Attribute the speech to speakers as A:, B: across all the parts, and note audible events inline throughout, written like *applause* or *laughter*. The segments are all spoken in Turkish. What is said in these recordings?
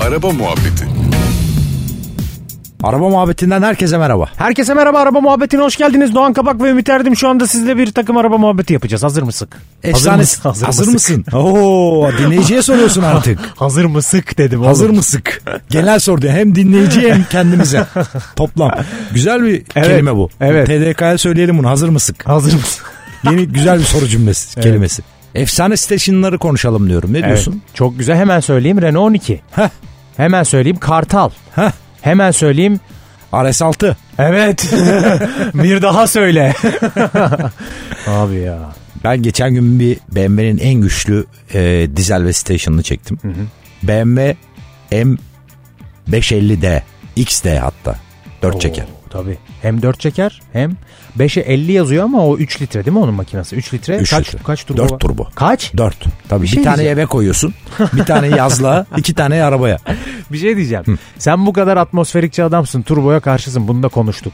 A: Araba muhabbeti.
B: Araba muhabbetinden herkese merhaba.
C: Herkese merhaba araba muhabbetine hoş geldiniz. Doğan Kabak ve Ümit Erdim şu anda sizle bir takım araba muhabbeti yapacağız. Hazır mısık?
B: Efsane.
C: mısın?
B: Hazır,
C: mısık?
B: mısın? Oo, dinleyiciye soruyorsun artık.
C: *laughs* Hazır mısık dedim. oğlum.
B: Hazır mısık? Genel sordu. Hem dinleyiciye
C: *laughs*
B: hem kendimize. Toplam. Güzel bir
C: Evet,
B: kelime bu.
C: evet.
B: TDK'ya söyleyelim bunu. Hazır mısık?
C: Hazır mısın?
B: Yeni güzel bir soru
C: *laughs*
B: cümlesi, kelimesi. Efsane stationları konuşalım diyorum. Ne
C: Evet.
B: diyorsun?
C: Çok güzel hemen söyleyeyim Renault 12.
B: Heh.
C: Hemen söyleyeyim Kartal.
B: Heh.
C: Hemen söyleyeyim
B: RS6.
C: Evet. *laughs* bir daha söyle. *laughs* Abi ya.
B: Ben geçen gün bir BMW'nin en güçlü e, dizel ve station'ını çektim. BMW M550D. XD hatta. 4 çeker.
C: Oo, Tabii. Hem 4 çeker hem 5'e 50 yazıyor ama o 3 litre değil mi onun makinesi? 3 litre.
B: Üç
C: E, kaç,
B: litre.
C: kaç turbo?
B: Dört
C: var?
B: turbo.
C: Kaç?
B: 4. Tabii bir,
C: şey
B: tane
C: diyeceğim.
B: eve
C: *laughs*
B: koyuyorsun. Bir tane yazlığa, iki tane arabaya.
C: Bir şey diyeceğim. Sen bu kadar atmosferikçi adamsın. Turboya karşısın. Bunu da konuştuk.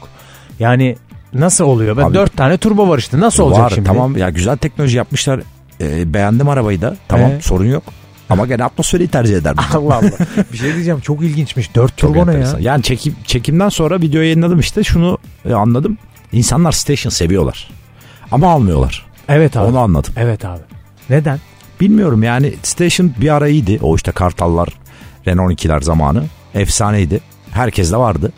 C: Yani nasıl oluyor? Ben
B: Abi-
C: 4 tane turbo var işte. Nasıl *laughs* olacak
B: Var,
C: şimdi?
B: Tamam ya güzel teknoloji yapmışlar. Ee, beğendim arabayı da. Tamam
C: Ee?
B: sorun yok. Ama gene atmosferi tercih ederdim.
C: *laughs* Allah Allah. Bir şey diyeceğim. Çok ilginçmiş. 4
B: Çok
C: Ah, turbo ne ya?
B: enteresan. Yani çekim, çekimden sonra videoyu yayınladım işte şunu e, anladım. İnsanlar station seviyorlar. Ama almıyorlar.
C: Evet abi.
B: Onu anladım.
C: Evet abi. Neden?
B: Bilmiyorum yani station bir ara iyiydi. O işte Kartallar, Renault 12'ler zamanı. Efsaneydi. Herkes de vardı.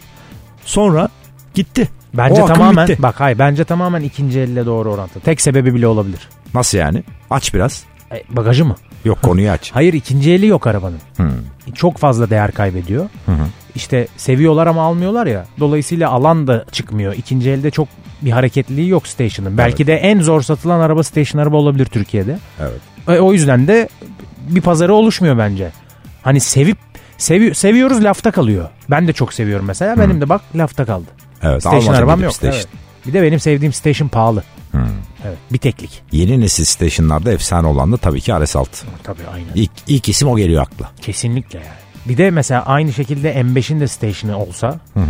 B: Sonra gitti.
C: Bence
B: O akım
C: tamamen
B: bitti.
C: bak hayır bence tamamen ikinci elle doğru orantı. Tek sebebi bile olabilir.
B: Nasıl yani? Aç biraz.
C: E, bagajı mı?
B: Yok konuyu
C: *laughs*
B: aç.
C: Hayır ikinci eli yok arabanın.
B: Hmm.
C: Çok fazla değer kaybediyor.
B: hı.
C: İşte seviyorlar ama almıyorlar ya. Dolayısıyla alan da çıkmıyor. İkinci elde çok bir hareketliliği yok station'ın. Belki de en zor satılan araba station araba olabilir Türkiye'de.
B: Evet.
C: E, o yüzden de bir pazarı oluşmuyor bence. Hani sevip sevi- seviyoruz lafta kalıyor. Ben de çok seviyorum mesela. Benim de bak lafta kaldı.
B: Evet,
C: Station
B: almadım
C: arabam
B: dedim
C: yok.
B: station.
C: Evet. Bir de benim sevdiğim station pahalı.
B: Hmm.
C: Evet. Bir teklik.
B: Yeni nesil stationlarda efsane olan da tabii ki RS6.
C: Tabii aynen.
B: İlk, ilk isim o geliyor akla.
C: Kesinlikle yani. Bir de mesela aynı şekilde M5'in de station'ı olsa
B: hı.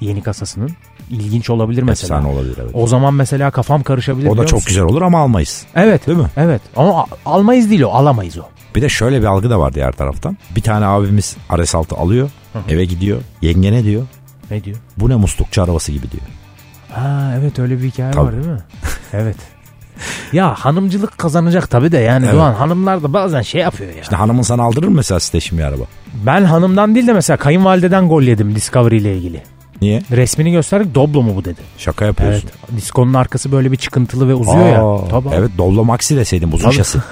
C: yeni kasasının ilginç olabilir mesela.
B: Efsane olabilir evet. O,
C: O zaman mesela kafam karışabilir.
B: da
C: biliyor
B: çok
C: musun?
B: güzel olur ama almayız.
C: Evet.
B: Değil mi?
C: Evet. Ama a- almayız değil o. Alamayız o.
B: Bir de şöyle bir algı da var diğer taraftan. Bir tane abimiz RS6 alıyor, eve gidiyor. Yenge ne diyor?
C: Ne diyor?
B: Bu ne muslukçu arabası gibi diyor.
C: Ha evet öyle bir hikaye
B: Tabii.
C: var değil mi? evet. Ya hanımcılık kazanacak tabii de yani
B: Evet.
C: Doğan hanımlar da bazen şey yapıyor ya.
B: İşte hanımın sana aldırır mı mesela station bir araba?
C: Ben hanımdan değil de mesela kayınvalideden gol yedim Discovery ile ilgili.
B: Niye?
C: Resmini gösterdik Doblo mu bu dedi.
B: Şaka yapıyorsun.
C: Evet. Diskonun arkası böyle bir çıkıntılı ve uzuyor
B: Aa,
C: ya. Tabii.
B: Evet Dollo Maxi deseydin buzun
C: Tabii. *laughs*
B: şası.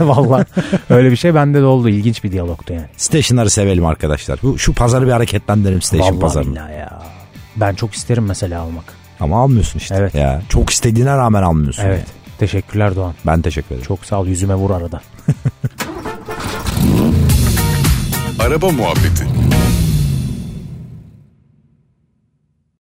C: Valla öyle bir şey bende de oldu. İlginç bir diyalogtu yani.
B: Stationları sevelim arkadaşlar. Bu, şu pazarı bir hareketlendirelim station
C: Vallahi
B: pazarını.
C: billahi ya. Ben çok isterim mesela almak.
B: Ama almıyorsun işte.
C: Evet.
B: Ya. Çok istediğine rağmen almıyorsun.
C: Evet. Teşekkürler Doğan.
B: Ben teşekkür ederim.
C: Çok sağ ol yüzüme vur arada.
A: Araba muhabbeti.